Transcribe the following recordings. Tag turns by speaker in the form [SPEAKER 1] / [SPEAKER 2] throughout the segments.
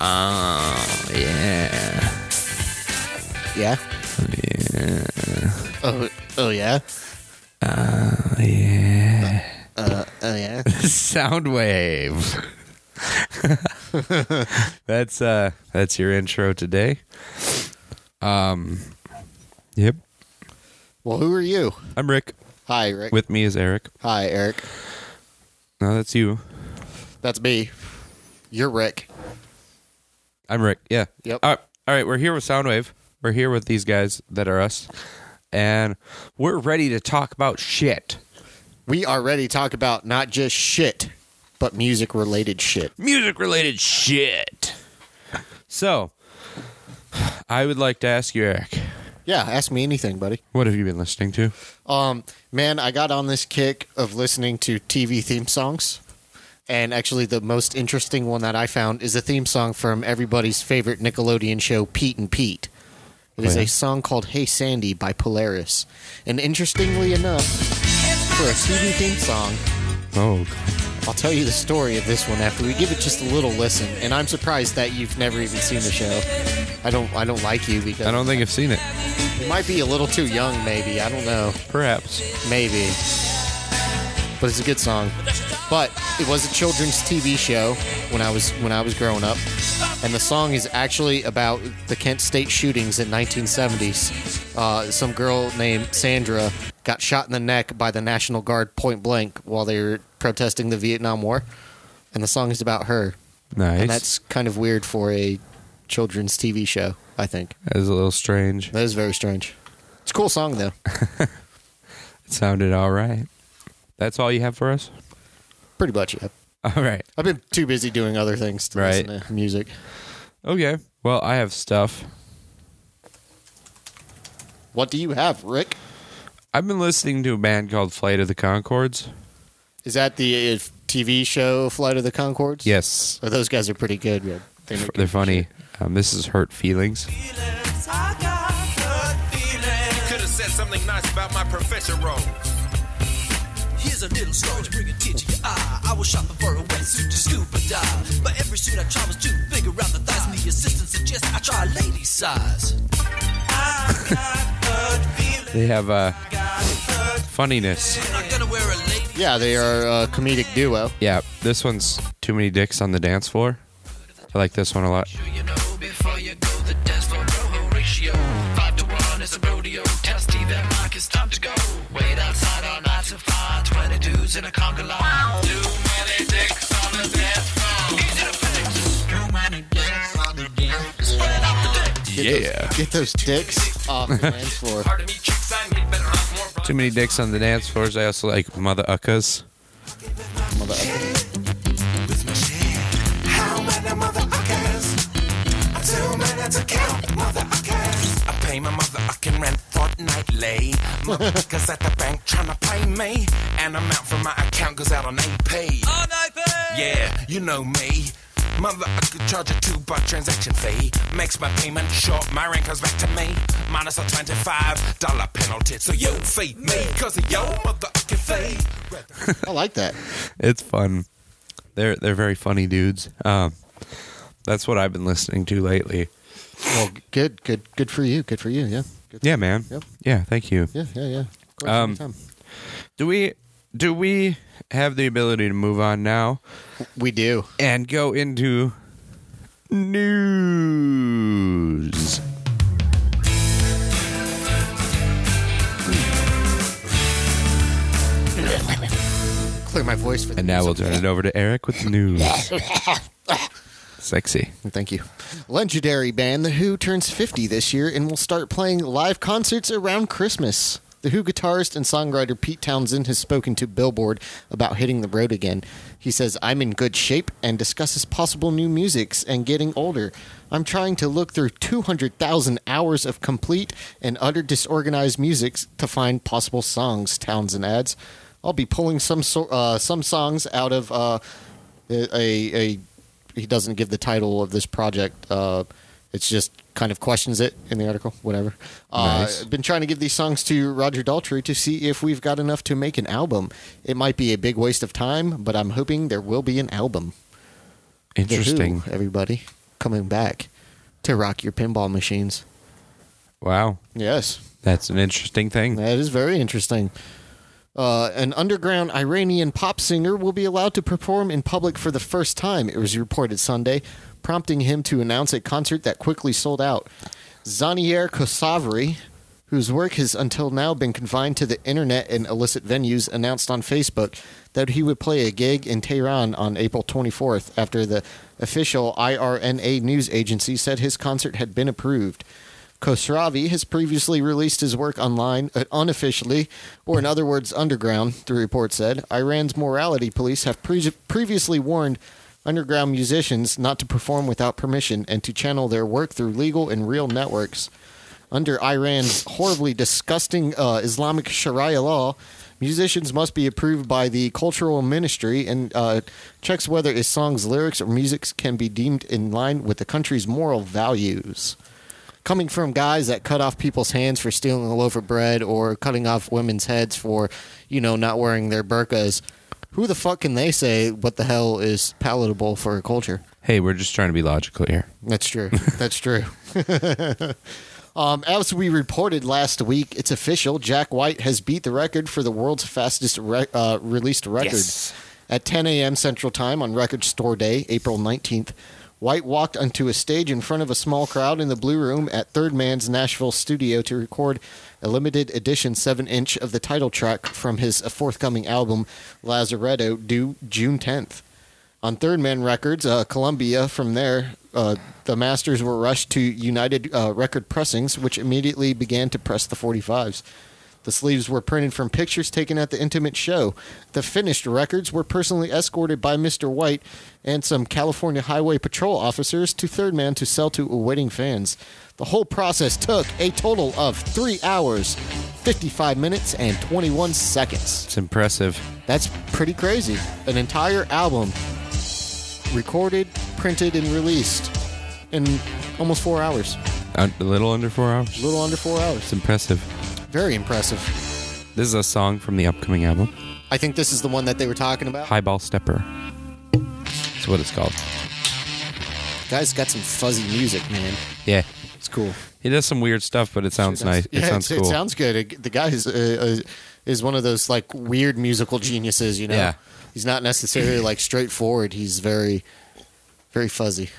[SPEAKER 1] Oh yeah,
[SPEAKER 2] Yeah.
[SPEAKER 1] yeah,
[SPEAKER 2] Oh, oh yeah.
[SPEAKER 1] oh, yeah.
[SPEAKER 2] Uh, oh yeah.
[SPEAKER 1] Soundwave. that's uh, that's your intro today. Um, yep.
[SPEAKER 2] Well, who are you?
[SPEAKER 1] I'm Rick.
[SPEAKER 2] Hi, Rick.
[SPEAKER 1] With me is Eric.
[SPEAKER 2] Hi, Eric.
[SPEAKER 1] No, that's you.
[SPEAKER 2] That's me. You're Rick.
[SPEAKER 1] I'm Rick. Yeah.
[SPEAKER 2] Yep.
[SPEAKER 1] All right. All right. We're here with Soundwave. We're here with these guys that are us, and we're ready to talk about shit.
[SPEAKER 2] We already talk about not just shit, but music related shit.
[SPEAKER 1] music related shit. So, I would like to ask you, Eric,
[SPEAKER 2] Yeah, ask me anything, buddy.
[SPEAKER 1] what have you been listening to?
[SPEAKER 2] Um, man, I got on this kick of listening to TV theme songs. And actually, the most interesting one that I found is a theme song from everybody's favorite Nickelodeon show, Pete and Pete. It is
[SPEAKER 1] Oh, yeah.
[SPEAKER 2] a song called Hey Sandy by Polaris. And interestingly enough, for a TV theme song,
[SPEAKER 1] Oh,
[SPEAKER 2] I'll tell you the story of this one after we give it just a little listen. And I'm surprised that you've never even seen the show. I don't I don't like you because
[SPEAKER 1] I don't think I've seen it.
[SPEAKER 2] you might be a little too young maybe. I don't know.
[SPEAKER 1] Perhaps.
[SPEAKER 2] Maybe. But it's a good song. But it was a children's TV show when I was when I was growing up. And the song is actually about the Kent State shootings in 1970s. Uh, some girl named Sandra got shot in the neck by the National Guard point blank while they were protesting the Vietnam War. And the song is about her.
[SPEAKER 1] Nice.
[SPEAKER 2] And that's kind of weird for a children's TV show, I think.
[SPEAKER 1] That was a little strange.
[SPEAKER 2] That is very strange. It's a cool song though.
[SPEAKER 1] It sounded all right. That's all you have for us?
[SPEAKER 2] Pretty much, yeah.
[SPEAKER 1] All right.
[SPEAKER 2] I've been too busy doing other things to
[SPEAKER 1] Right.
[SPEAKER 2] listen to music.
[SPEAKER 1] Okay. Well, I have stuff.
[SPEAKER 2] What do you have, Rick?
[SPEAKER 1] I've been listening to a band called Flight of the Concords.
[SPEAKER 2] Is that the uh, TV show Flight of the Concords?
[SPEAKER 1] Yes.
[SPEAKER 2] Oh, those guys are pretty good. Yeah. They
[SPEAKER 1] F-
[SPEAKER 2] make
[SPEAKER 1] They're
[SPEAKER 2] good
[SPEAKER 1] funny.
[SPEAKER 2] shit.
[SPEAKER 1] Um, this is Hurt Feelings.
[SPEAKER 3] I got good feelings.
[SPEAKER 4] Could have said something nice about my profession role.
[SPEAKER 3] Here's a little story to bring a tear to your eye. I was shopping for a wetsuit to scuba dive. But every suit I tried was too big around the thighs. And the assistant suggested I try lady size. I got good feelings.
[SPEAKER 1] They have uh,
[SPEAKER 3] I got good
[SPEAKER 1] funniness.
[SPEAKER 3] feelings. Not gonna wear a lady.
[SPEAKER 2] Yeah, they are a comedic duo.
[SPEAKER 1] Yeah, this one's too many dicks on the dance floor. I like this one a lot.
[SPEAKER 3] Do you know before you go the dance floor pro ratio? Five to one is a rodeo. Testy that mic, it's time to go. Wait outside all night to find 20 dudes in a conga line. Too many dicks on the dance floor. Easy to fix. Too many dicks on the dance floor. Spread out the dick.
[SPEAKER 2] Get Those, get those dicks off the dance floor.
[SPEAKER 4] Hard to meet chicks, I need better off more broad.
[SPEAKER 1] Too many dicks on the dance floors. I also like mother uckas.
[SPEAKER 2] Mother effers.
[SPEAKER 3] How many motherfuckers? Too many to count, motherfuckers.
[SPEAKER 4] I pay my mother I can rent fortnightly. Motherfuckers at the bank tryna pay me. An amount from my account goes out on AP.
[SPEAKER 3] On iPad.
[SPEAKER 4] Yeah, you know me. Mother, I could charge a two buck transaction fee. Makes my payment short, my rent comes back to me. Minus a $25 dollar penalty. So you feed me, cause of your motherfucking fee.
[SPEAKER 2] I like that.
[SPEAKER 1] It's fun. They're they're very funny dudes. Um, that's what I've been listening to lately.
[SPEAKER 2] Well, good, good, good for you. Good for you. Yeah. Good.
[SPEAKER 1] Yeah, man.
[SPEAKER 2] Yep.
[SPEAKER 1] Yeah, thank you.
[SPEAKER 2] Yeah. Yeah. Yeah. Of course,
[SPEAKER 1] Um,
[SPEAKER 2] anytime.
[SPEAKER 1] Do we do we have the ability to move on now
[SPEAKER 2] we do.
[SPEAKER 1] and go into news?
[SPEAKER 2] Clear my voice for the
[SPEAKER 1] And now we'll
[SPEAKER 2] music.
[SPEAKER 1] turn it over to Eric with the news. Sexy.
[SPEAKER 2] Thank you. Legendary band The Who turns 50 this year and will start playing live concerts around Christmas. The Who guitarist and songwriter Pete Townsend has spoken to Billboard about hitting the road again. He says, I'm in good shape and discusses possible new musics and getting older. I'm trying to look through 200,000 hours of complete and utter disorganized music to find possible songs, Townsend adds. I'll be pulling some so- uh, some songs out of uh, a, a, a he doesn't give the title of this project. Uh, it's just kind of questions it in the article, whatever. Uh,
[SPEAKER 1] Nice.
[SPEAKER 2] I've been trying to give these songs to Roger Daltrey to see if we've got enough to make an album. It might be a big waste of time, but I'm hoping there will be an album. The Who,
[SPEAKER 1] Interesting.
[SPEAKER 2] everybody. coming back to rock your pinball machines.
[SPEAKER 1] Wow.
[SPEAKER 2] Yes,
[SPEAKER 1] That's an interesting thing.
[SPEAKER 2] that is very interesting. Uh, an underground Iranian pop singer will be allowed to perform in public for the first time, it was reported Sunday, prompting him to announce a concert that quickly sold out. Zanier Kosavri, whose work has until now been confined to the internet and illicit venues, announced on Facebook that he would play a gig in Tehran on April 24th after the official IRNA news agency said his concert had been approved. Khosravi has previously released his work online, uh, unofficially, or in other words, underground, the report said. Iran's morality police have pre- previously warned underground musicians not to perform without permission and to channel their work through legal and real networks. Under Iran's horribly disgusting uh, Islamic Sharia law, musicians must be approved by the cultural ministry and uh, checks whether a song's lyrics or music can be deemed in line with the country's moral values coming from guys that cut off people's hands for stealing a loaf of bread or cutting off women's heads for, you know, not wearing their burqas, who the fuck can they say what the hell is palatable for a culture?
[SPEAKER 1] Hey, we're just trying to be logical here.
[SPEAKER 2] That's true. That's true. um, as we reported last week, it's official. Jack White has beat the record for the world's fastest re- uh, released record.
[SPEAKER 1] Yes.
[SPEAKER 2] At 10 a.m. Central Time on Record Store Day, April 19th, White walked onto a stage in front of a small crowd in the Blue Room at Third Man's Nashville studio to record a limited edition 7 inch of the title track from his forthcoming album, Lazaretto, due June 10th on Third Man Records, uh, Columbia. From there, uh, the masters were rushed to United uh, Record pressings, which immediately began to press the 45s. The sleeves were printed from pictures taken at the intimate show. The finished records were personally escorted by Mr. White and some California Highway Patrol officers to Third Man to sell to awaiting fans. The whole process took a total of three hours, 55 minutes, and 21 seconds.
[SPEAKER 1] It's impressive.
[SPEAKER 2] That's pretty crazy. An entire album recorded, printed, and released in almost four hours.
[SPEAKER 1] A little under four hours.
[SPEAKER 2] A little under four
[SPEAKER 1] It's
[SPEAKER 2] hours.
[SPEAKER 1] impressive.
[SPEAKER 2] Very impressive.
[SPEAKER 1] This is a song from the upcoming album,
[SPEAKER 2] I think this is the one that they were talking about.
[SPEAKER 1] Highball Stepper. That's what it's called.
[SPEAKER 2] Guy's got some fuzzy music, man.
[SPEAKER 1] Yeah.
[SPEAKER 2] It's cool.
[SPEAKER 1] He does some weird stuff, but it sounds nice.
[SPEAKER 2] Yeah,
[SPEAKER 1] it sounds
[SPEAKER 2] it's-
[SPEAKER 1] cool.
[SPEAKER 2] It sounds good. It- the guy is, uh, uh, is one of those like weird musical geniuses, you know?
[SPEAKER 1] Yeah.
[SPEAKER 2] He's not necessarily like straightforward. He's very, very fuzzy.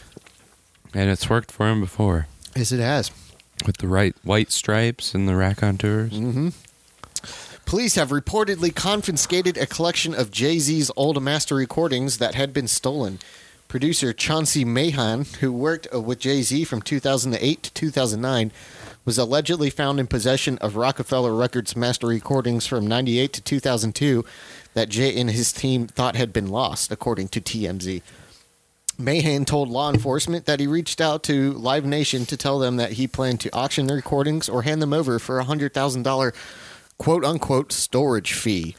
[SPEAKER 1] and it's worked for him before
[SPEAKER 2] Yes, it has.
[SPEAKER 1] with the right white stripes and the raconteurs.
[SPEAKER 2] Mm. Police have reportedly confiscated a collection of Jay Z's old master recordings that had been stolen. Producer Chauncey Mahan, who worked uh, with Jay Z from 2008 to 2009, was allegedly found in possession of Rockefeller Records master recordings from 98 to 2002 that Jay and his team thought had been lost, according to TMZ. Mahan told law enforcement that he reached out to Live Nation to tell them that he planned to auction the recordings or hand them over for a hundred thousand dollar quote unquote storage fee.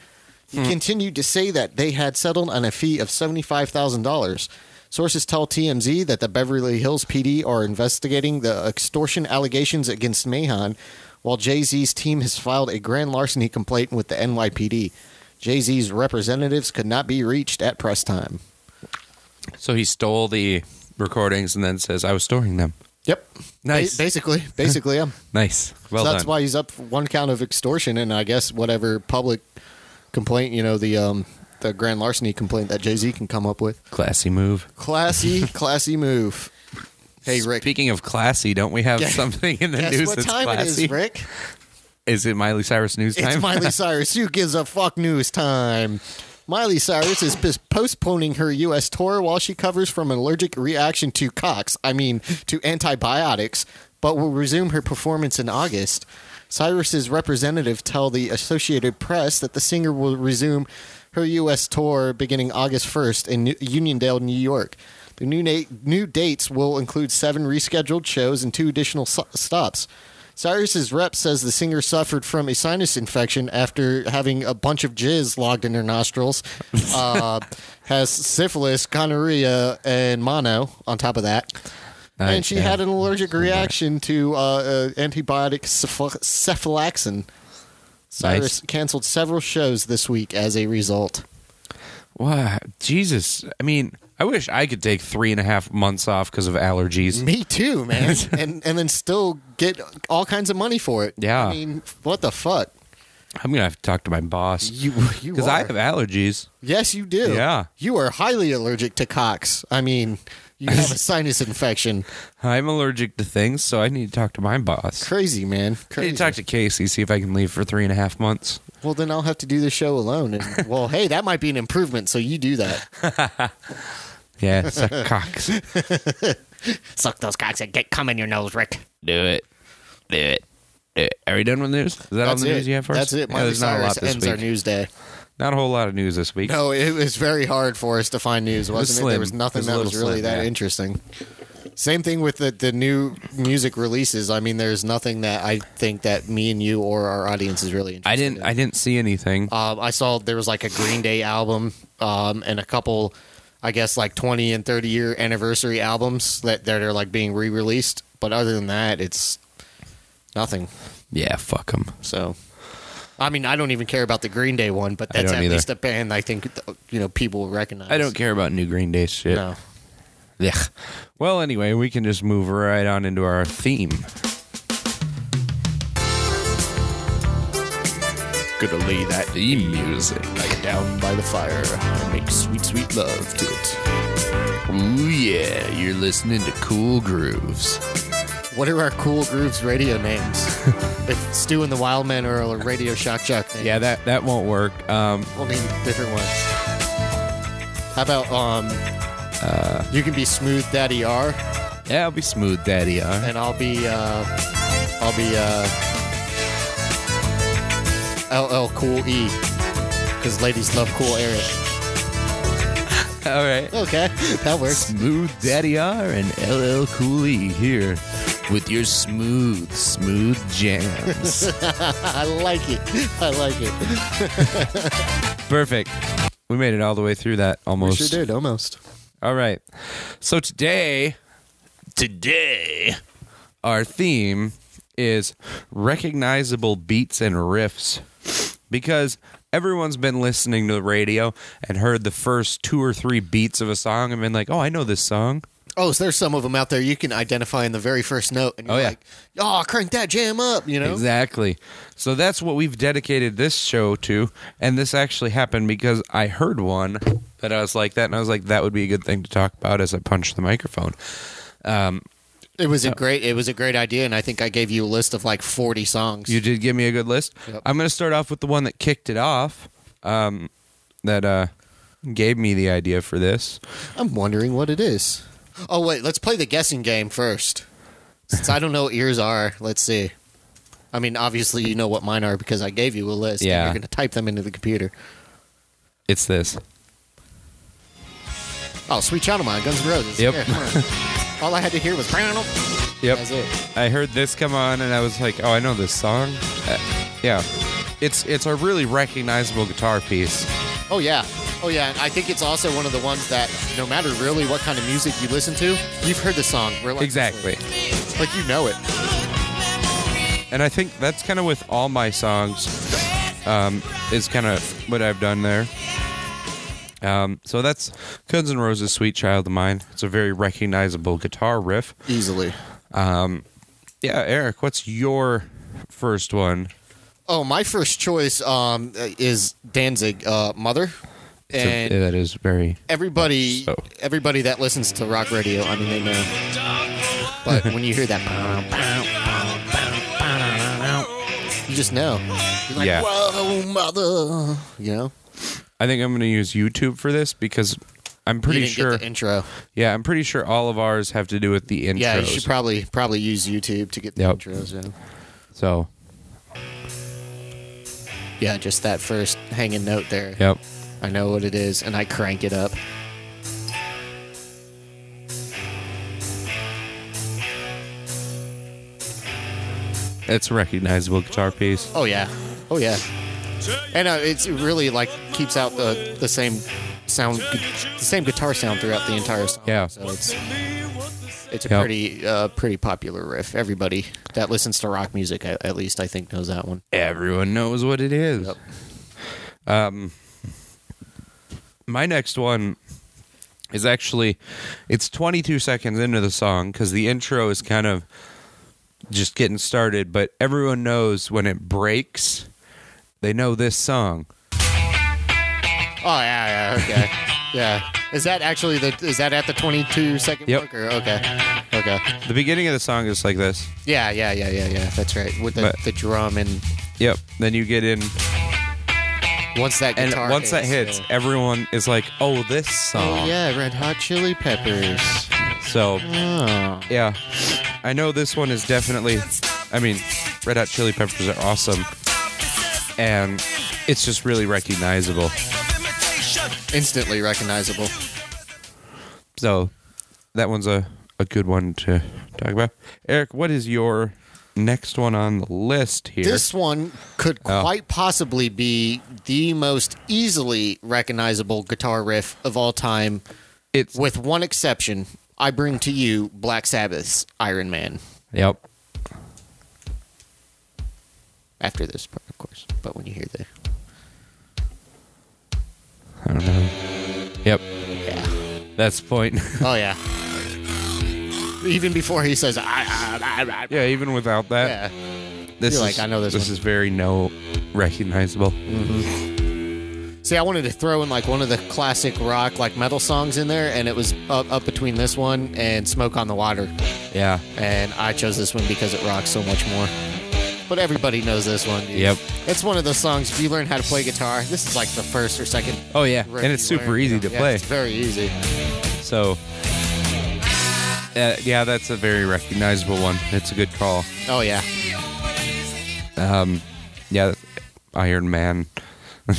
[SPEAKER 2] He continued to say that they had settled on a fee of seventy five thousand dollars. Sources tell TMZ that the Beverly Hills PD are investigating the extortion allegations against Mahan, while Jay Z's team has filed a grand larceny complaint with the NYPD. Jay Z's representatives could not be reached at press time.
[SPEAKER 1] So he stole the recordings and then says, I was storing them.
[SPEAKER 2] Yep.
[SPEAKER 1] Nice.
[SPEAKER 2] Ba- basically, basically, yeah.
[SPEAKER 1] Nice. Well
[SPEAKER 2] so that's
[SPEAKER 1] done.
[SPEAKER 2] why he's up for one count of extortion and I guess whatever public complaint, you know, the um the grand larceny complaint that Jay Z can come up with.
[SPEAKER 1] Classy move.
[SPEAKER 2] Classy, classy move. Hey Rick.
[SPEAKER 1] Speaking of classy, don't we have
[SPEAKER 2] Yeah.
[SPEAKER 1] something in the
[SPEAKER 2] guess
[SPEAKER 1] news
[SPEAKER 2] what
[SPEAKER 1] that's
[SPEAKER 2] time
[SPEAKER 1] classy?
[SPEAKER 2] it is, Rick?
[SPEAKER 1] Is it Miley Cyrus news time?
[SPEAKER 2] It's Miley Cyrus. Who gives a fuck news time? Miley Cyrus is pos- postponing her U.S. tour while she covers from an allergic reaction to Cox, I mean, to antibiotics, but will resume her performance in August. Cyrus's representative tell the Associated Press that the singer will resume her U.S. tour beginning August 1st in New- Uniondale, New York. The new, na- new dates will include seven rescheduled shows and two additional so- stops. Cyrus's rep says the singer suffered from a sinus infection after having a bunch of jizz logged in her nostrils, uh, has syphilis, gonorrhea, and mono on top of that.
[SPEAKER 1] Nice,
[SPEAKER 2] and she
[SPEAKER 1] yeah.
[SPEAKER 2] had an allergic reaction to uh, uh, antibiotic ceph- cephilaxin. Cyrus canceled several shows this week as a result.
[SPEAKER 1] Wow, Jesus! I mean, I wish I could take three and a half months off because of allergies.
[SPEAKER 2] Me too, man. and and then still get all kinds of money for it.
[SPEAKER 1] Yeah.
[SPEAKER 2] I mean, what the fuck?
[SPEAKER 1] I'm gonna have to talk to my boss
[SPEAKER 2] You you
[SPEAKER 1] because I
[SPEAKER 2] are.
[SPEAKER 1] have allergies.
[SPEAKER 2] Yes, you do.
[SPEAKER 1] Yeah.
[SPEAKER 2] You are highly allergic to cocks. I mean, you have a sinus infection.
[SPEAKER 1] I'm allergic to things, so I need to talk to my boss.
[SPEAKER 2] Crazy, man.
[SPEAKER 1] I need
[SPEAKER 2] Crazy.
[SPEAKER 1] to talk to Casey see if I can leave for three and a half months.
[SPEAKER 2] well, then I'll have to do the show alone. And, well, hey, that might be an improvement. So you do that.
[SPEAKER 1] Yeah, suck cocks.
[SPEAKER 5] Suck those cocks and get cum in your nose, Rick.
[SPEAKER 1] Do it. Do it. Do it. Are we done with news? Is that
[SPEAKER 2] That's
[SPEAKER 1] all the
[SPEAKER 2] it.
[SPEAKER 1] news you have for us?
[SPEAKER 2] That's it.
[SPEAKER 1] Yeah,
[SPEAKER 2] Miley
[SPEAKER 1] there's not a
[SPEAKER 2] Cyrus
[SPEAKER 1] lot this
[SPEAKER 2] ends our
[SPEAKER 1] week.
[SPEAKER 2] news day.
[SPEAKER 1] Not a whole lot of news this week.
[SPEAKER 2] No, it was very hard for us to find news,
[SPEAKER 1] was
[SPEAKER 2] wasn't it? There
[SPEAKER 1] slim.
[SPEAKER 2] was
[SPEAKER 1] It
[SPEAKER 2] nothing
[SPEAKER 1] was a
[SPEAKER 2] that
[SPEAKER 1] little
[SPEAKER 2] was really
[SPEAKER 1] slim,
[SPEAKER 2] that
[SPEAKER 1] yeah.
[SPEAKER 2] interesting. Same thing with the, the new music releases. I mean, there's nothing that I think that me and you or our audience is really interested
[SPEAKER 1] I didn't.
[SPEAKER 2] in.
[SPEAKER 1] I didn't see anything.
[SPEAKER 2] Um, I saw there was like a Green Day album um, and a couple, I guess like twenty and thirty year anniversary albums that that are like being re released. But other than that, it's nothing.
[SPEAKER 1] yeah, fuck them.
[SPEAKER 2] So, I mean, I don't even care about the Green Day one, but
[SPEAKER 1] I
[SPEAKER 2] that's
[SPEAKER 1] don't
[SPEAKER 2] at
[SPEAKER 1] either.
[SPEAKER 2] least a band I think you know people will recognize.
[SPEAKER 1] I don't care about new Green Day shit.
[SPEAKER 2] No.
[SPEAKER 1] Yeah. Well, anyway, we can just move right on into our theme.
[SPEAKER 2] Gonna lay that
[SPEAKER 1] The music.
[SPEAKER 2] down by the fire and make sweet, sweet love to it.
[SPEAKER 1] Ooh yeah, you're listening to Cool Grooves.
[SPEAKER 2] What are our cool grooves radio names? if Stu and the Wildmen are a Radio Shock Jock name.
[SPEAKER 1] Yeah, that that won't work. Um,
[SPEAKER 2] We'll need different ones. How about um, uh, you can be smooth daddy R,
[SPEAKER 1] yeah, I'll be smooth, Daddy. All right.
[SPEAKER 2] and I'll be uh, I'll be uh, LL Cool E, because ladies love cool Eric.
[SPEAKER 1] All right.
[SPEAKER 2] Okay, that works.
[SPEAKER 1] Smooth Daddy R and LL Cool E here with your smooth, smooth jams.
[SPEAKER 2] I like it. I like it.
[SPEAKER 1] Perfect. We made it all the way through that almost.
[SPEAKER 2] did almost.
[SPEAKER 1] All right. So today, today, our theme is recognizable beats and riffs because everyone's been listening to the radio and heard the first two or three beats of a song and been like, "Oh, I know this song."
[SPEAKER 2] Oh, so there's some of them out there you can identify in the very first note, and you're
[SPEAKER 1] Oh, yeah.
[SPEAKER 2] like, "Oh, crank that jam up!" You know.
[SPEAKER 1] Exactly. So that's what we've dedicated this show to, and this actually happened because I heard one that I was like that, and I was like, "That would be a good thing to talk about." As I punched the microphone.
[SPEAKER 2] It was a great. It was a great idea, and I think I gave you a list of like 40 songs.
[SPEAKER 1] You did give me a good list.
[SPEAKER 2] Yep.
[SPEAKER 1] I'm going to start off with the one that kicked it off, um, that uh, gave me the idea for this.
[SPEAKER 2] I'm wondering what it is. Oh wait, let's play the guessing game first. Since I don't know what yours are, let's see. I mean, obviously you know what mine are because I gave you a list. and
[SPEAKER 1] Yeah.
[SPEAKER 2] you're going to type them into the computer.
[SPEAKER 1] It's this.
[SPEAKER 2] Oh, Sweet Child of Mine, Guns N' Roses.
[SPEAKER 1] Yep.
[SPEAKER 2] come on. All I had to hear was.
[SPEAKER 1] Yep.
[SPEAKER 2] That's it.
[SPEAKER 1] I heard this come on, and I was like, "Oh, I know this song." Uh, yeah, it's it's a really recognizable guitar piece.
[SPEAKER 2] Oh yeah. Oh yeah. And I think it's also one of the ones that no matter really what kind of music you listen to, you've heard the song. relentlessly.
[SPEAKER 1] Exactly.
[SPEAKER 2] Like you know it.
[SPEAKER 1] And I think that's kind of with all my songs, um, is kind of what I've done there. Um, so that's Guns N' Roses' "Sweet Child of Mine." It's a very recognizable guitar riff.
[SPEAKER 2] Easily.
[SPEAKER 1] Yeah, Eric, what's your first one?
[SPEAKER 2] Oh, my first choice um, is Danzig, uh, Mother,
[SPEAKER 1] It's a-
[SPEAKER 2] and
[SPEAKER 1] that is very.
[SPEAKER 2] everybody,
[SPEAKER 1] So-
[SPEAKER 2] everybody that listens to rock radio, I mean, they know. But when you hear that, you just know. You're like,
[SPEAKER 1] Yeah.
[SPEAKER 2] whoa, mother, you know.
[SPEAKER 1] I think I'm going to use YouTube for this because I'm pretty
[SPEAKER 2] You didn't get
[SPEAKER 1] sure.
[SPEAKER 2] the intro.
[SPEAKER 1] yeah, I'm pretty sure all of ours have to do with the intros.
[SPEAKER 2] Yeah, you should probably probably use YouTube to get the
[SPEAKER 1] Yep.
[SPEAKER 2] intros. Yeah.
[SPEAKER 1] so,
[SPEAKER 2] yeah, just that first hanging note there.
[SPEAKER 1] yep.
[SPEAKER 2] I know what it is, and I crank it up.
[SPEAKER 1] It's a recognizable guitar piece.
[SPEAKER 2] Oh yeah, oh yeah, and uh, it's it really like keeps out the the same sound, the same guitar sound throughout the entire song.
[SPEAKER 1] Yeah.
[SPEAKER 2] so it's it's a
[SPEAKER 1] Yep.
[SPEAKER 2] pretty uh, pretty popular riff. Everybody that listens to rock music, at, at least I think, knows that one.
[SPEAKER 1] Everyone knows what it is.
[SPEAKER 2] Yep.
[SPEAKER 1] Um, my next one is actually it's 22 seconds into the song because the intro is kind of just getting started, but everyone knows when it breaks, they know this song.
[SPEAKER 2] Oh yeah, yeah, okay, yeah. Is that actually the? Is that at the 22 second
[SPEAKER 1] Yep.
[SPEAKER 2] mark? Or, okay, okay.
[SPEAKER 1] The beginning of the song is like this.
[SPEAKER 2] Yeah, yeah, yeah, yeah, yeah. That's right. With the,
[SPEAKER 1] But-
[SPEAKER 2] the drum and
[SPEAKER 1] Yep. Then you get in,
[SPEAKER 2] once that
[SPEAKER 1] and
[SPEAKER 2] guitar
[SPEAKER 1] once that hits,
[SPEAKER 2] yeah.
[SPEAKER 1] everyone is like, "Oh, this song."
[SPEAKER 2] Oh yeah, Red Hot Chili Peppers.
[SPEAKER 1] So
[SPEAKER 2] Oh.
[SPEAKER 1] yeah, I know this one is definitely. I mean, Red Hot Chili Peppers are awesome, and it's just really recognizable.
[SPEAKER 2] Instantly recognizable.
[SPEAKER 1] So that one's a a good one to talk about. Eric, what is your next one on the list here? Oh.
[SPEAKER 2] This one could quite possibly be the most easily recognizable guitar riff of all time,
[SPEAKER 1] it's
[SPEAKER 2] with one exception. I bring to you Black Sabbath's Iron Man.
[SPEAKER 1] yep.
[SPEAKER 2] After this part, of course. But when you hear the
[SPEAKER 1] Yep. That's the point.
[SPEAKER 2] Oh yeah. Even before he says, I, I, I, I,
[SPEAKER 1] yeah, even without that.
[SPEAKER 2] yeah.
[SPEAKER 1] This
[SPEAKER 2] You're
[SPEAKER 1] is
[SPEAKER 2] like, I know this one. Mm.
[SPEAKER 1] is very no recognizable.
[SPEAKER 2] See, I wanted to throw in like one of the classic rock, like metal songs in there, and it was up, up between this one and Smoke on the Water.
[SPEAKER 1] Yeah.
[SPEAKER 2] And I chose this one because it rocks so much more. But everybody knows this one. dude.
[SPEAKER 1] Yep.
[SPEAKER 2] It's one of those songs, if you learn how to play guitar, this is like the first or second.
[SPEAKER 1] Oh yeah,
[SPEAKER 2] riff
[SPEAKER 1] and it's
[SPEAKER 2] you
[SPEAKER 1] super
[SPEAKER 2] learn, you
[SPEAKER 1] easy
[SPEAKER 2] know?
[SPEAKER 1] to
[SPEAKER 2] Yeah,
[SPEAKER 1] play.
[SPEAKER 2] It's very easy.
[SPEAKER 1] So. Uh, yeah, that's a very recognizable one. It's a good call.
[SPEAKER 2] Oh, yeah.
[SPEAKER 1] Yeah, Iron Man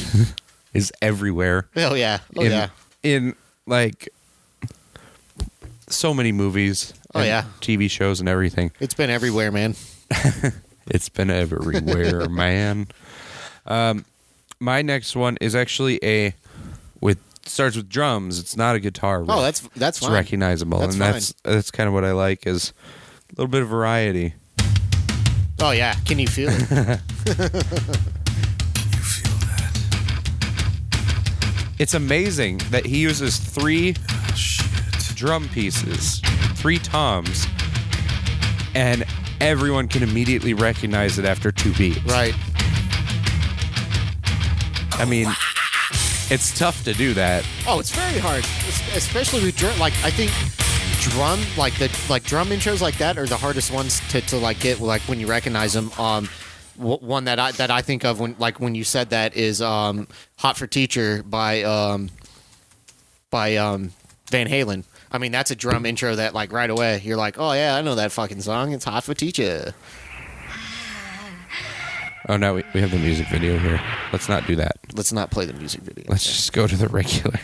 [SPEAKER 1] is everywhere.
[SPEAKER 2] Oh, yeah. Oh,
[SPEAKER 1] in,
[SPEAKER 2] yeah.
[SPEAKER 1] in like so many movies.
[SPEAKER 2] Oh,
[SPEAKER 1] and
[SPEAKER 2] yeah.
[SPEAKER 1] TV shows and everything.
[SPEAKER 2] It's been everywhere, man.
[SPEAKER 1] It's been everywhere, man. Um, my next one is actually a with starts with drums. It's not a guitar.
[SPEAKER 2] Oh,
[SPEAKER 1] riff.
[SPEAKER 2] that's that's
[SPEAKER 1] it's
[SPEAKER 2] fine.
[SPEAKER 1] recognizable,
[SPEAKER 2] That's
[SPEAKER 1] and that's that's kind of what I like is a little bit of variety.
[SPEAKER 2] Oh, yeah. Can you feel it?
[SPEAKER 1] It's amazing that he uses three drum pieces, three toms, and everyone can immediately recognize it after two beats.
[SPEAKER 2] right.
[SPEAKER 1] I mean, it's tough to do that.
[SPEAKER 2] Oh, it's very hard, es- especially with drum. Like I think drum, like the like drum intros like that are the hardest ones to, to like get like when you recognize them. Um, w- one that I that I think of when like when you said that is um "Hot for Teacher" by um by um Van Halen. I mean, that's a drum intro that like right away you're like, oh yeah, I know that fucking song. It's "Hot for Teacher."
[SPEAKER 1] Oh no, we, we have the music video here. Let's not do that.
[SPEAKER 2] Let's not play the music video.
[SPEAKER 1] Let's just go to the regular.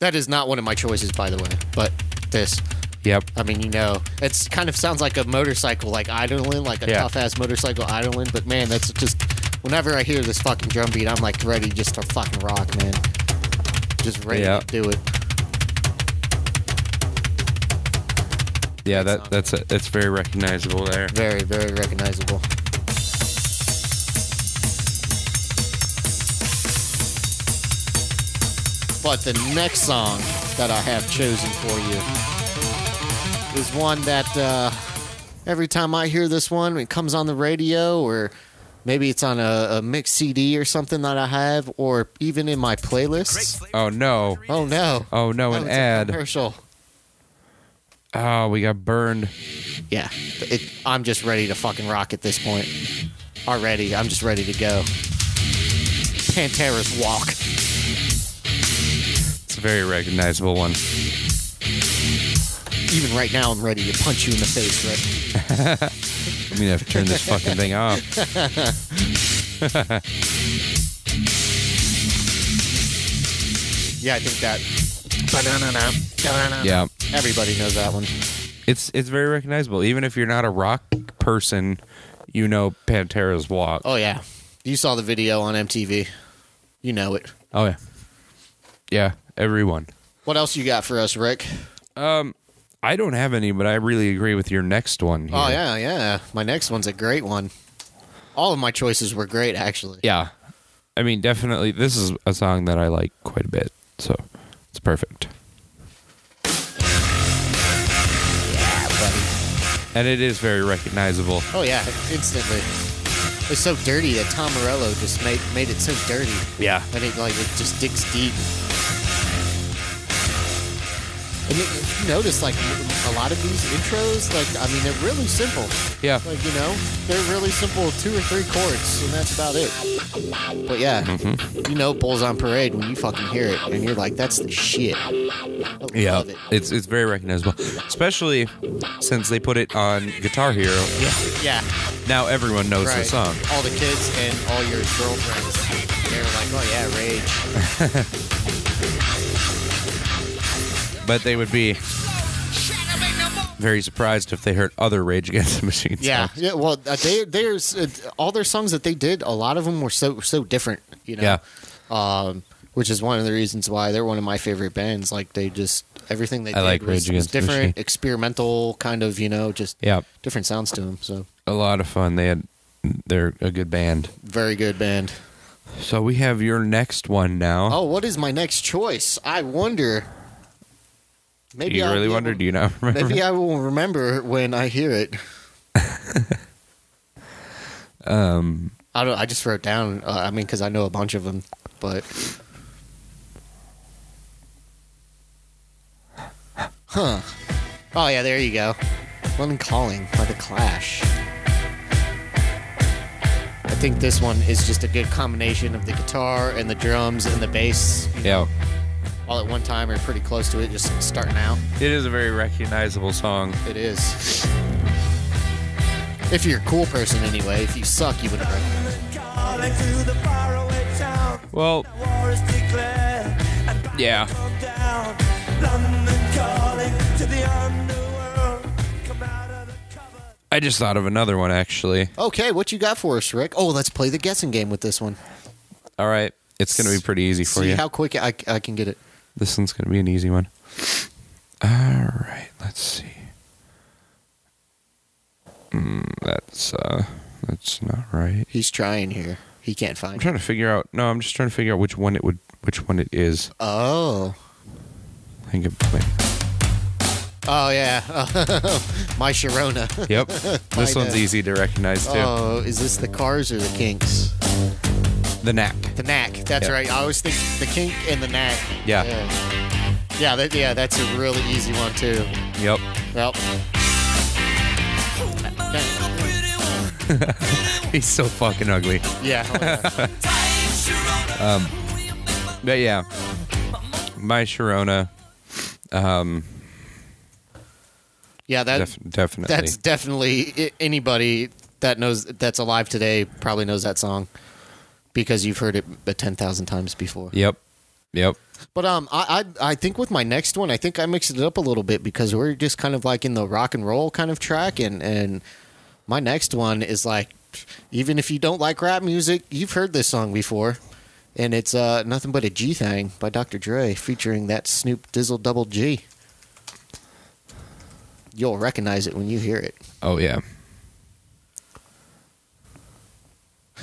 [SPEAKER 2] That is not one of my choices, by the way. But this.
[SPEAKER 1] Yep.
[SPEAKER 2] I mean, you know, it's kind of sounds like a motorcycle, like idling, like a
[SPEAKER 1] Yeah.
[SPEAKER 2] tough ass motorcycle idling. But man, that's just whenever I hear this fucking drum beat, I'm like ready just to fucking rock, man. Just ready
[SPEAKER 1] Yeah.
[SPEAKER 2] to do it.
[SPEAKER 1] Yeah, that that's a, that's very recognizable there.
[SPEAKER 2] Very, very recognizable. But the next song that I have chosen for you is one that uh, every time I hear this one, it comes on the radio or maybe it's on a, a mixed CD or something that I have, or even in my playlist.
[SPEAKER 1] Oh no.
[SPEAKER 2] Oh no!
[SPEAKER 1] Oh no,
[SPEAKER 2] Oh,
[SPEAKER 1] an
[SPEAKER 2] it's a
[SPEAKER 1] ad.
[SPEAKER 2] commercial.
[SPEAKER 1] Oh, we got burned.
[SPEAKER 2] Yeah, it, I'm just ready to fucking rock at this point. Already, I'm just ready to go. Pantera's Walk.
[SPEAKER 1] It's a very recognizable one.
[SPEAKER 2] Even right now, I'm ready to punch you in the face, right?
[SPEAKER 1] I'm gonna have to turn this fucking thing off.
[SPEAKER 2] Yeah, I think that
[SPEAKER 1] Yeah.
[SPEAKER 2] everybody knows that one.
[SPEAKER 1] It's it's very recognizable. Even if you're not a rock person, you know Pantera's Walk.
[SPEAKER 2] Oh, yeah. You saw the video on MTV. You know it.
[SPEAKER 1] Oh yeah. Yeah, everyone.
[SPEAKER 2] What else you got for us, Rick?
[SPEAKER 1] I don't have any, but I really agree with your next one. Here.
[SPEAKER 2] Oh, yeah, yeah. My next one's a great one. All of my choices were great, actually.
[SPEAKER 1] Yeah. I mean, definitely this is a song that I like quite a bit. So, it's perfect. and it is very recognizable.
[SPEAKER 2] Oh yeah, instantly. It's so dirty that Tom Morello just made made it so dirty,
[SPEAKER 1] Yeah.
[SPEAKER 2] and it like it just digs deep. And you you notice like a lot of these intros, like I mean, they're really simple.
[SPEAKER 1] Yeah.
[SPEAKER 2] Like you know, they're really simple, two or three chords, and that's about it. But yeah,
[SPEAKER 1] Mm-hmm.
[SPEAKER 2] you know, Bulls on Parade when you fucking hear it, and you're like, that's the shit. I
[SPEAKER 1] Yeah.
[SPEAKER 2] love it.
[SPEAKER 1] It's it's very recognizable, especially since they put it on Guitar Hero.
[SPEAKER 2] Yeah.
[SPEAKER 1] Now everyone knows the song.
[SPEAKER 2] All the kids and all your girlfriends. They were like, oh yeah, rage.
[SPEAKER 1] but they would be very surprised if they heard other Rage Against the Machine
[SPEAKER 2] Yeah,
[SPEAKER 1] songs.
[SPEAKER 2] yeah. Well, uh, they there's uh, all their songs that they did. A lot of them were so so different. You know.
[SPEAKER 1] Yeah.
[SPEAKER 2] Um, which is one of the reasons why they're one of my favorite bands. Like they just everything they
[SPEAKER 1] I
[SPEAKER 2] did
[SPEAKER 1] like
[SPEAKER 2] was,
[SPEAKER 1] Rage
[SPEAKER 2] was
[SPEAKER 1] Against the Machine.
[SPEAKER 2] different, experimental kind of you know just
[SPEAKER 1] Yeah.
[SPEAKER 2] different sounds to them. So
[SPEAKER 1] A lot of fun. They had they're a good band.
[SPEAKER 2] very good band.
[SPEAKER 1] So we have your next one now.
[SPEAKER 2] Oh, what is my next choice? I wonder. Maybe
[SPEAKER 1] do you
[SPEAKER 2] I'll
[SPEAKER 1] really
[SPEAKER 2] be
[SPEAKER 1] wonder?
[SPEAKER 2] able-
[SPEAKER 1] Do you not remember?
[SPEAKER 2] Maybe I will remember when I hear it.
[SPEAKER 1] um
[SPEAKER 2] I don't. I just wrote down. Uh, I mean, because I know a bunch of them, but huh? Oh yeah, there you go. London Calling by the Clash. I think this one is just a good combination of the guitar and the drums and the bass
[SPEAKER 1] yeah.
[SPEAKER 2] all at one time, or pretty close to it. Just starting out,
[SPEAKER 1] It is a very recognizable song.
[SPEAKER 2] it is. If you're a cool person, anyway. If you suck, you wouldn't. Recognize
[SPEAKER 1] Well, yeah. I just thought of another one actually.
[SPEAKER 2] Okay, what you got for us, Rick? Oh, let's play the guessing game with this one.
[SPEAKER 1] All right. It's going to be pretty easy for
[SPEAKER 2] See
[SPEAKER 1] you.
[SPEAKER 2] how quick I, I can get it.
[SPEAKER 1] This one's going to be an easy one. All right, let's see. Mm, that's uh, that's not right.
[SPEAKER 2] He's trying here. He can't
[SPEAKER 1] I'm
[SPEAKER 2] find it.
[SPEAKER 1] trying to figure out. No, I'm just trying to figure out which one it would, which one it is.
[SPEAKER 2] Oh.
[SPEAKER 1] I think it might.
[SPEAKER 2] Oh, yeah. My Sharona.
[SPEAKER 1] Yep,
[SPEAKER 2] Might
[SPEAKER 1] this one's
[SPEAKER 2] have.
[SPEAKER 1] easy to recognize too.
[SPEAKER 2] Oh, is this the Cars or the Kinks?
[SPEAKER 1] the Knack.
[SPEAKER 2] The Knack. That's
[SPEAKER 1] Yeah.
[SPEAKER 2] right. I always think the Kink and the Knack.
[SPEAKER 1] Yeah.
[SPEAKER 2] Yeah, yeah, that, yeah that's a really easy one, too.
[SPEAKER 1] Yep.
[SPEAKER 2] Yep.
[SPEAKER 1] He's so fucking ugly.
[SPEAKER 2] Yeah. Oh, yeah.
[SPEAKER 1] But yeah, my Sharona.
[SPEAKER 2] Yeah, that,
[SPEAKER 1] Def- definitely.
[SPEAKER 2] that's definitely i- anybody that knows that's alive today probably knows that song because you've heard it uh, 10,000 times before.
[SPEAKER 1] Yep. Yep.
[SPEAKER 2] But um I, I I think with my next one I think I mixed it up a little bit because we're just kind of like in the rock and roll kind of track and and my next one is like even if you don't like rap music, you've heard this song before. And it's uh, nothing but a G thing by Dr. Dre featuring that Snoop Dizzle Double G. You'll recognize it when you hear it.
[SPEAKER 1] Oh yeah.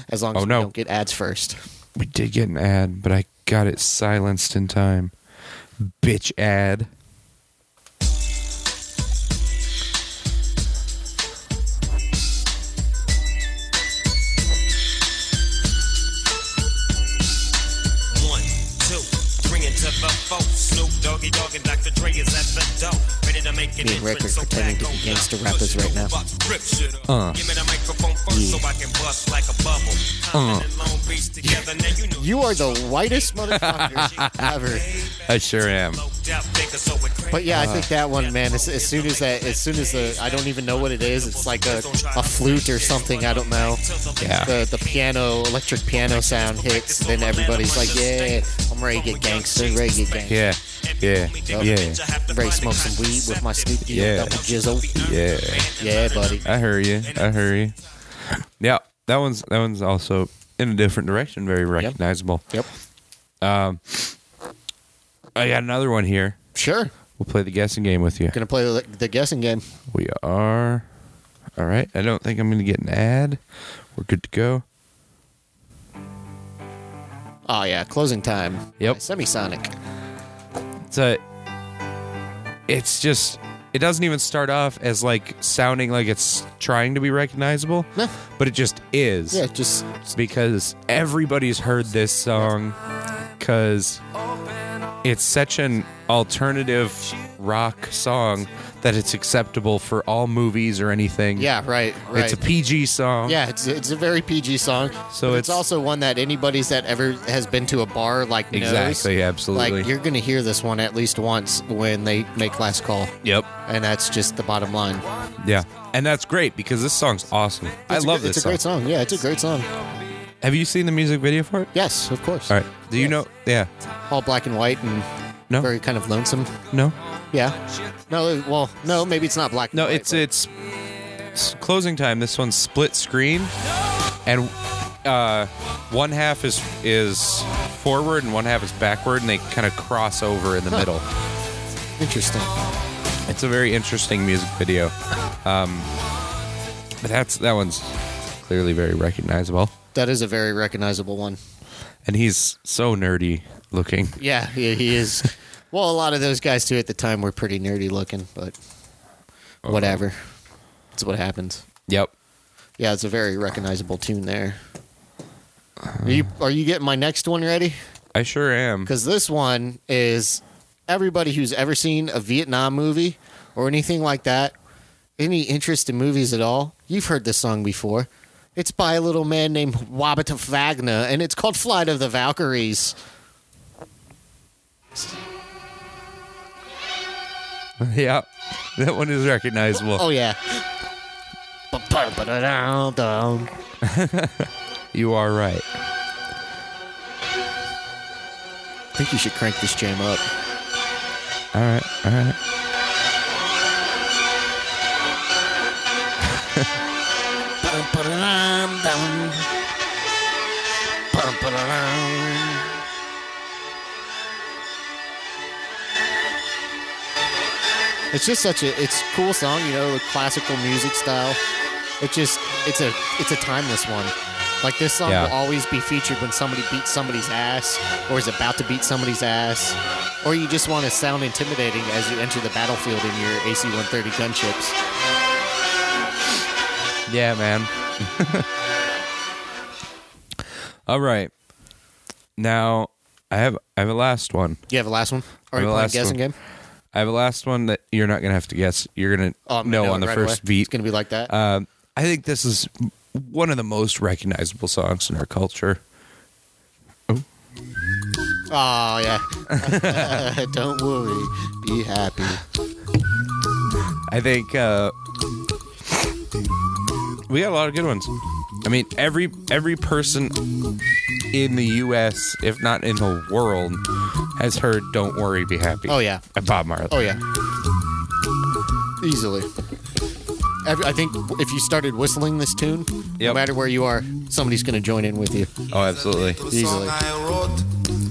[SPEAKER 2] As long as
[SPEAKER 1] Oh,
[SPEAKER 2] we
[SPEAKER 1] no.
[SPEAKER 2] don't get ads first.
[SPEAKER 1] We did get an ad, but I got it silenced in time. Bitch ad.
[SPEAKER 4] One, two, bring it to the folk. Snoop Doggy Dogg and Dr. Dre is at the door. Ready to make an
[SPEAKER 2] Me and Rick
[SPEAKER 4] entrance,
[SPEAKER 2] are pretending to be
[SPEAKER 4] back on
[SPEAKER 2] gangster
[SPEAKER 4] up.
[SPEAKER 2] rappers
[SPEAKER 4] Push
[SPEAKER 2] right now.
[SPEAKER 4] your box, rip shit up.
[SPEAKER 1] Uh.
[SPEAKER 4] Give me the microphone first so I can bust like a bubble.
[SPEAKER 2] Uh.
[SPEAKER 4] Compton and Long Beach together, now you know
[SPEAKER 2] You are the whitest motherfucker ever.
[SPEAKER 1] I sure am.
[SPEAKER 4] Loped out bigger, so it crazy.
[SPEAKER 2] But yeah, I think that one, man. As, as soon as that, as soon as the, I don't even know what it is. It's like a, a flute or something. I don't know.
[SPEAKER 1] Yeah.
[SPEAKER 2] The the piano, electric piano sound hits, then everybody's like, yeah, I'm ready to get gangster, ready to get gangster.
[SPEAKER 1] Yeah. Yeah. Yeah.
[SPEAKER 2] Ready to smoke some weed with my Snoop D
[SPEAKER 1] Yeah.
[SPEAKER 2] double jizzle.
[SPEAKER 1] Yeah.
[SPEAKER 2] Yeah, buddy.
[SPEAKER 1] I hear you. I hear you. Yeah. That one's that one's also in a different direction, very recognizable.
[SPEAKER 2] Yep.
[SPEAKER 1] I got another one here.
[SPEAKER 2] Sure.
[SPEAKER 1] We'll play the guessing game with you.
[SPEAKER 2] Gonna play the, the guessing game.
[SPEAKER 1] We are all right. I don't think I'm gonna get an ad. We're good to go.
[SPEAKER 2] Oh yeah, closing time.
[SPEAKER 1] Yep.
[SPEAKER 2] Semisonic.
[SPEAKER 1] It's a, it's just it doesn't even start off as like sounding like it's trying to be recognizable,
[SPEAKER 2] No.
[SPEAKER 1] but it just is.
[SPEAKER 2] Yeah, just
[SPEAKER 1] because everybody's heard this song because it's such an alternative rock song that it's acceptable for all movies or anything.
[SPEAKER 2] yeah, right, right.
[SPEAKER 1] It's a PG song.
[SPEAKER 2] yeah, it's it's a very PG song.
[SPEAKER 1] Um, So
[SPEAKER 2] but
[SPEAKER 1] it's-
[SPEAKER 2] it's, also one that anybody's that ever has been to a bar like knows.
[SPEAKER 1] Exactly, absolutely.
[SPEAKER 2] Like you're gonna hear this one at least once when they make last call,
[SPEAKER 1] Yep.
[SPEAKER 2] and that's just the bottom line.
[SPEAKER 1] Yeah. And that's great because this song's awesome. I
[SPEAKER 2] It's a
[SPEAKER 1] love
[SPEAKER 2] gr-
[SPEAKER 1] this
[SPEAKER 2] It's a great song. Yeah, it's a great song.
[SPEAKER 1] Have you seen the music video for it?
[SPEAKER 2] Yes, of course.
[SPEAKER 1] All right. Do you
[SPEAKER 2] Yes.
[SPEAKER 1] know? Yeah.
[SPEAKER 2] All black and white and
[SPEAKER 1] No.
[SPEAKER 2] very kind of lonesome.
[SPEAKER 1] No.
[SPEAKER 2] Yeah. No, it- well, no, maybe it's not black.
[SPEAKER 1] No,
[SPEAKER 2] and white,
[SPEAKER 1] it's
[SPEAKER 2] but-
[SPEAKER 1] it's s- closing time. This one's split screen, and uh, one half is is forward and one half is backward, and they kind of cross over in the middle.
[SPEAKER 2] interesting.
[SPEAKER 1] It's a very interesting music video. Um, but that's that one's clearly very recognizable,
[SPEAKER 2] That is a very recognizable one.
[SPEAKER 1] and he's so nerdy looking.
[SPEAKER 2] Yeah, he, he is. well, a lot of those guys too at the time were pretty nerdy looking, but whatever. It's what happens.
[SPEAKER 1] Yep.
[SPEAKER 2] Yeah, it's a very recognizable tune there. Are you are you getting my next one ready?
[SPEAKER 1] I sure am.
[SPEAKER 2] Because this one is everybody who's ever seen a Vietnam movie or anything like that, any interest in movies at all, you've heard this song before. It's by a little man named Wabata Fagna, and it's called Flight of the Valkyries.
[SPEAKER 1] yep. That one is recognizable.
[SPEAKER 2] Oh, yeah. Ba-ba-ba-da-dum.
[SPEAKER 1] You are right.
[SPEAKER 2] I think you should crank this jam up.
[SPEAKER 1] All right. All right.
[SPEAKER 2] Ba-da-dum-dum. Ba-da-dum. It's just such a it's a cool song, you know, the classical music style. It just it's a it's a timeless one. Like this song
[SPEAKER 1] Yeah.
[SPEAKER 2] will always be featured when somebody beats somebody's ass or is about to beat somebody's ass. Or you just want to sound intimidating as you enter the battlefield in your AC one thirty gunships.
[SPEAKER 1] Yeah, man. All right. Now I have I have a last one.
[SPEAKER 2] You have a last one? Are
[SPEAKER 1] I
[SPEAKER 2] you
[SPEAKER 1] have a
[SPEAKER 2] playing
[SPEAKER 1] last
[SPEAKER 2] guessing
[SPEAKER 1] one.
[SPEAKER 2] game?
[SPEAKER 1] I have a last one that you're not gonna have to guess. You're gonna
[SPEAKER 2] Oh, I'm gonna
[SPEAKER 1] know,
[SPEAKER 2] know
[SPEAKER 1] on
[SPEAKER 2] it
[SPEAKER 1] the
[SPEAKER 2] right
[SPEAKER 1] first
[SPEAKER 2] away.
[SPEAKER 1] beat.
[SPEAKER 2] It's gonna be like that.
[SPEAKER 1] Um, I think this is one of the most recognizable songs in our culture.
[SPEAKER 2] oh yeah. Don't worry. Be happy.
[SPEAKER 1] I think uh, we got a lot of good ones. I mean, every every person in the U.S., if not in the world, has heard "Don't Worry, Be Happy."
[SPEAKER 2] Oh yeah.
[SPEAKER 1] by Bob Marley.
[SPEAKER 2] Oh yeah, easily. Every, I think if you started whistling this tune, no
[SPEAKER 1] Yep.
[SPEAKER 2] matter where you are, somebody's going to join in with you.
[SPEAKER 1] Oh, absolutely.
[SPEAKER 2] Easily.
[SPEAKER 6] Song I wrote.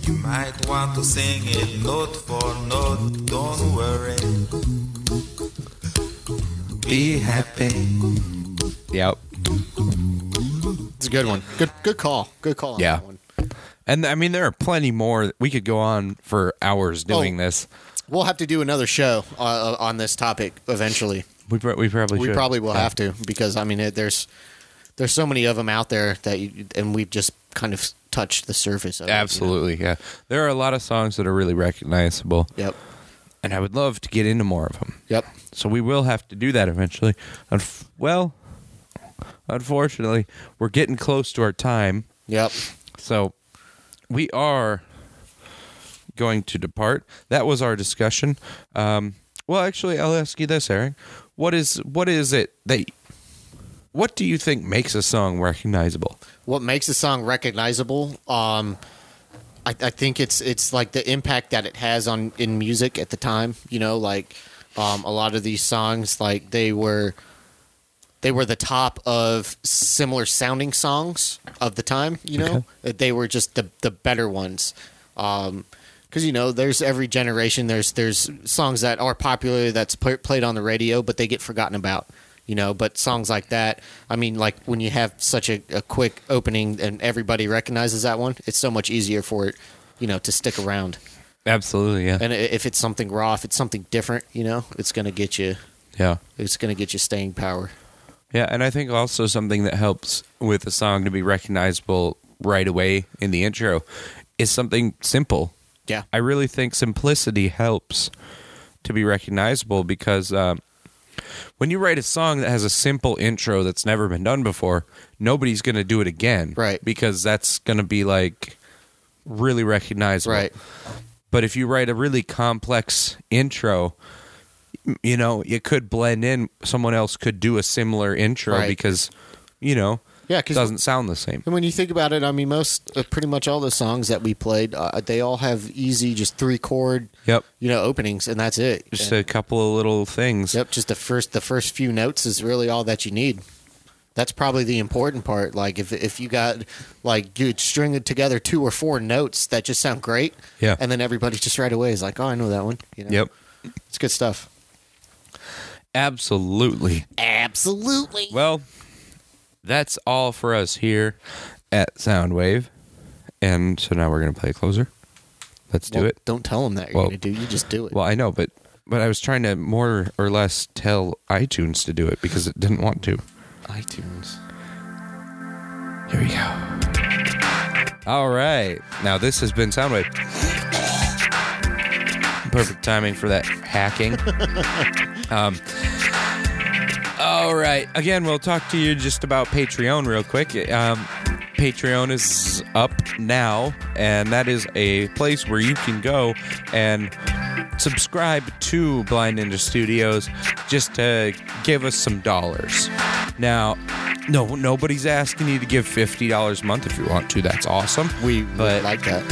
[SPEAKER 6] You might want to sing it note for note. Don't worry. Be happy.
[SPEAKER 1] Yep.
[SPEAKER 2] It's a good one. Good, good call. Good call. On
[SPEAKER 1] Yeah.
[SPEAKER 2] That one.
[SPEAKER 1] And I mean, there are plenty more. that- We could go on for hours doing
[SPEAKER 2] Oh.
[SPEAKER 1] this.
[SPEAKER 2] We'll have to do another show uh, on this topic eventually.
[SPEAKER 1] We, pro- we probably
[SPEAKER 2] We
[SPEAKER 1] should.
[SPEAKER 2] probably will have to because I mean, it, there's there's so many of them out there that, you, and we've just kind of touched the surface. Of it, you know?
[SPEAKER 1] Absolutely, yeah. There are a lot of songs that are really recognizable,
[SPEAKER 2] Yep.
[SPEAKER 1] and I would love to get into more of them.
[SPEAKER 2] Yep.
[SPEAKER 1] So we will have to do that eventually. Unf- well, unfortunately, we're getting close to our time.
[SPEAKER 2] Yep.
[SPEAKER 1] So we are going to depart. That was our discussion. Um, well, actually, I'll ask you this, Eric. What is what is it that what do you think makes a song recognizable?
[SPEAKER 2] what makes a song recognizable um I, I think it's it's like the impact that it has on in music at the time you know like um a lot of these songs like they were they were the top of similar sounding songs of the time you know that they were just the the better ones um because you know there's every generation there's there's songs that are popular that's pl- played on the radio but they get forgotten about you know but songs like that i mean like when you have such a, a quick opening and everybody recognizes that one it's so much easier for it you know to stick around
[SPEAKER 1] Absolutely, yeah.
[SPEAKER 2] And i- if it's something raw, if it's something different, you know, it's gonna get you.
[SPEAKER 1] Yeah.
[SPEAKER 2] It's gonna get you staying power.
[SPEAKER 1] Yeah, and I think also something that helps with a song to be recognizable right away in the intro is something simple.
[SPEAKER 2] Yeah.
[SPEAKER 1] I really think simplicity helps to be recognizable because um, when you write a song that has a simple intro that's never been done before, nobody's going to do it again.
[SPEAKER 2] Right.
[SPEAKER 1] Because that's going to be like really recognizable.
[SPEAKER 2] Right.
[SPEAKER 1] But if you write a really complex intro, you know, you could blend in. Someone else could do a similar intro
[SPEAKER 2] Right.
[SPEAKER 1] because, you know,
[SPEAKER 2] Yeah,
[SPEAKER 1] it
[SPEAKER 2] 'cause-
[SPEAKER 1] doesn't sound the same.
[SPEAKER 2] And when you think about it, I mean, most, uh, pretty much all the songs that we played, uh, they all have easy, just three chord,
[SPEAKER 1] Yep.
[SPEAKER 2] you know, openings, and that's it.
[SPEAKER 1] Just
[SPEAKER 2] And-
[SPEAKER 1] a couple of little things.
[SPEAKER 2] yep, just the first, the first few notes is really all that you need. That's probably the important part. Like if if you got like you string together two or four notes that just sound great,
[SPEAKER 1] Yeah.
[SPEAKER 2] and then everybody just right away is like, oh, I know that one. You know?
[SPEAKER 1] Yep.
[SPEAKER 2] it's good stuff.
[SPEAKER 1] Absolutely.
[SPEAKER 2] Absolutely.
[SPEAKER 1] Well, that's all for us here at Soundwave. And so now we're going to play a closer. Let's do
[SPEAKER 2] Well,
[SPEAKER 1] it.
[SPEAKER 2] Don't tell them that you're
[SPEAKER 1] Well-
[SPEAKER 2] gonna do. You just do it.
[SPEAKER 1] Well, I know, but but I was trying to more or less tell iTunes to do it because it didn't want to.
[SPEAKER 2] iTunes.
[SPEAKER 1] Here we go. All right. Now this has been Soundwave. Perfect timing for that hacking. um, all right. Again, we'll talk to you just about Patreon real quick. Um, Patreon is up now, and that is a place where you can go and subscribe to Blind Ninja Studios just to give us some dollars. Now, no, nobody's asking you to give fifty dollars a month if you want to. That's awesome.
[SPEAKER 2] We
[SPEAKER 1] But-
[SPEAKER 2] would like that.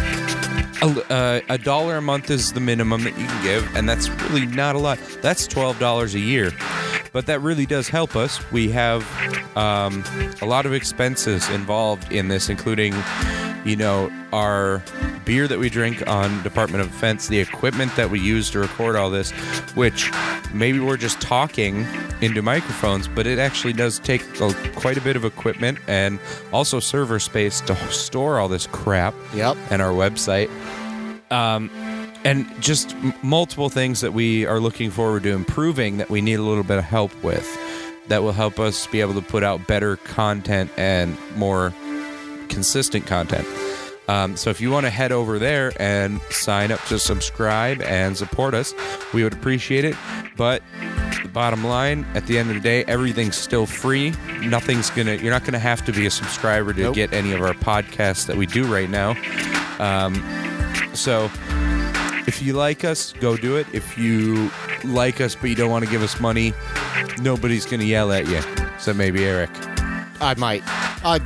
[SPEAKER 1] a, uh, a dollar a month is the minimum that you can give, and that's really not a lot. That's twelve dollars a year, but that really does help us. We have um, a lot of expenses involved in this, including, you know, our beer that we drink on Department of Defense, the equipment that we use to record all this, which maybe we're just talking into microphones, but it actually does take a, quite a bit of equipment and also server space to store all this crap
[SPEAKER 2] Yep.
[SPEAKER 1] and our website. Um, and just m- multiple things that we are looking forward to improving that we need a little bit of help with that will help us be able to put out better content and more consistent content. Um, so if you want to head over there and sign up to subscribe and support us, we would appreciate it. But the bottom line, at the end of the day, everything's still free. Nothing's gonna. You're not gonna have to be a subscriber to
[SPEAKER 2] Nope.
[SPEAKER 1] get any of our podcasts that we do right now. Um, so. If you like us, go do it. If you like us but you don't want to give us money, nobody's going to yell at you. So maybe Eric.
[SPEAKER 2] I might. I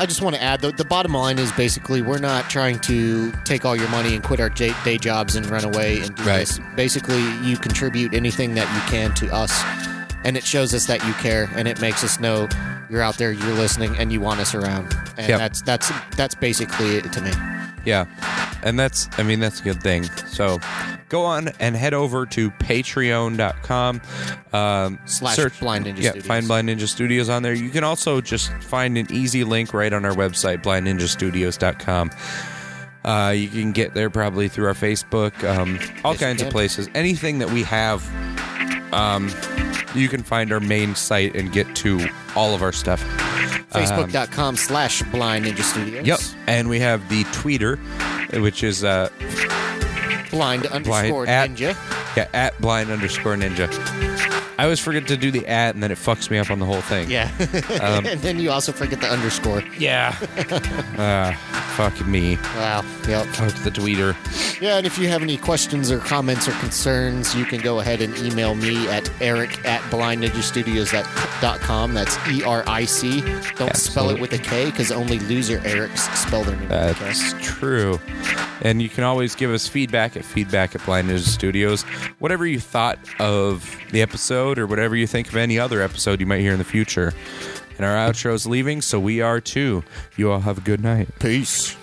[SPEAKER 2] I just want to add the the bottom line is basically we're not trying to take all your money and quit our j- day jobs and run away and do
[SPEAKER 1] Right.
[SPEAKER 2] this. Basically, you contribute anything that you can to us, and it shows us that you care, and it makes us know you're out there, you're listening, and you want us around. And
[SPEAKER 1] Yep. Um,
[SPEAKER 2] that's that's that's basically it to me.
[SPEAKER 1] Yeah. And that's, I mean, that's a good thing. So go on and head over to patreon.com. Um,
[SPEAKER 2] Slash Blind Ninja
[SPEAKER 1] yeah,
[SPEAKER 2] Studios.
[SPEAKER 1] find Blind Ninja Studios on there. You can also just find an easy link right on our website, blindninjastudios.com. Uh, you can get there probably through our Facebook, um, all
[SPEAKER 2] Yes, you
[SPEAKER 1] kinds of
[SPEAKER 2] can.
[SPEAKER 1] places. Anything that we have, um, you can find our main site and get to all of our stuff.
[SPEAKER 2] Facebook.com slash Blind Ninja Studios.
[SPEAKER 1] Yep. And we have the Twitter, which is uh,
[SPEAKER 2] Blind underscore
[SPEAKER 1] at-
[SPEAKER 2] Ninja.
[SPEAKER 1] Yeah, at blind underscore ninja. I always forget to do the at, and then it fucks me up on the whole thing.
[SPEAKER 2] Yeah.
[SPEAKER 1] Um,
[SPEAKER 2] and then you also forget the underscore.
[SPEAKER 1] Yeah. uh, fuck me.
[SPEAKER 2] Wow. Yep.
[SPEAKER 1] Fuck the tweeter.
[SPEAKER 2] Yeah, and if you have any questions or comments or concerns, you can go ahead and email me at eric at blindninjastudios.com. That's E R I C. Don't spell it with a K because only loser Erics spell their name with a K.
[SPEAKER 1] That's true. And you can always give us feedback at feedback at Blind Ninja Studios. Whatever you thought of the episode or whatever you think of any other episode you might hear in the future. And our outro's leaving, so we are too. You all have a good night.
[SPEAKER 2] Peace.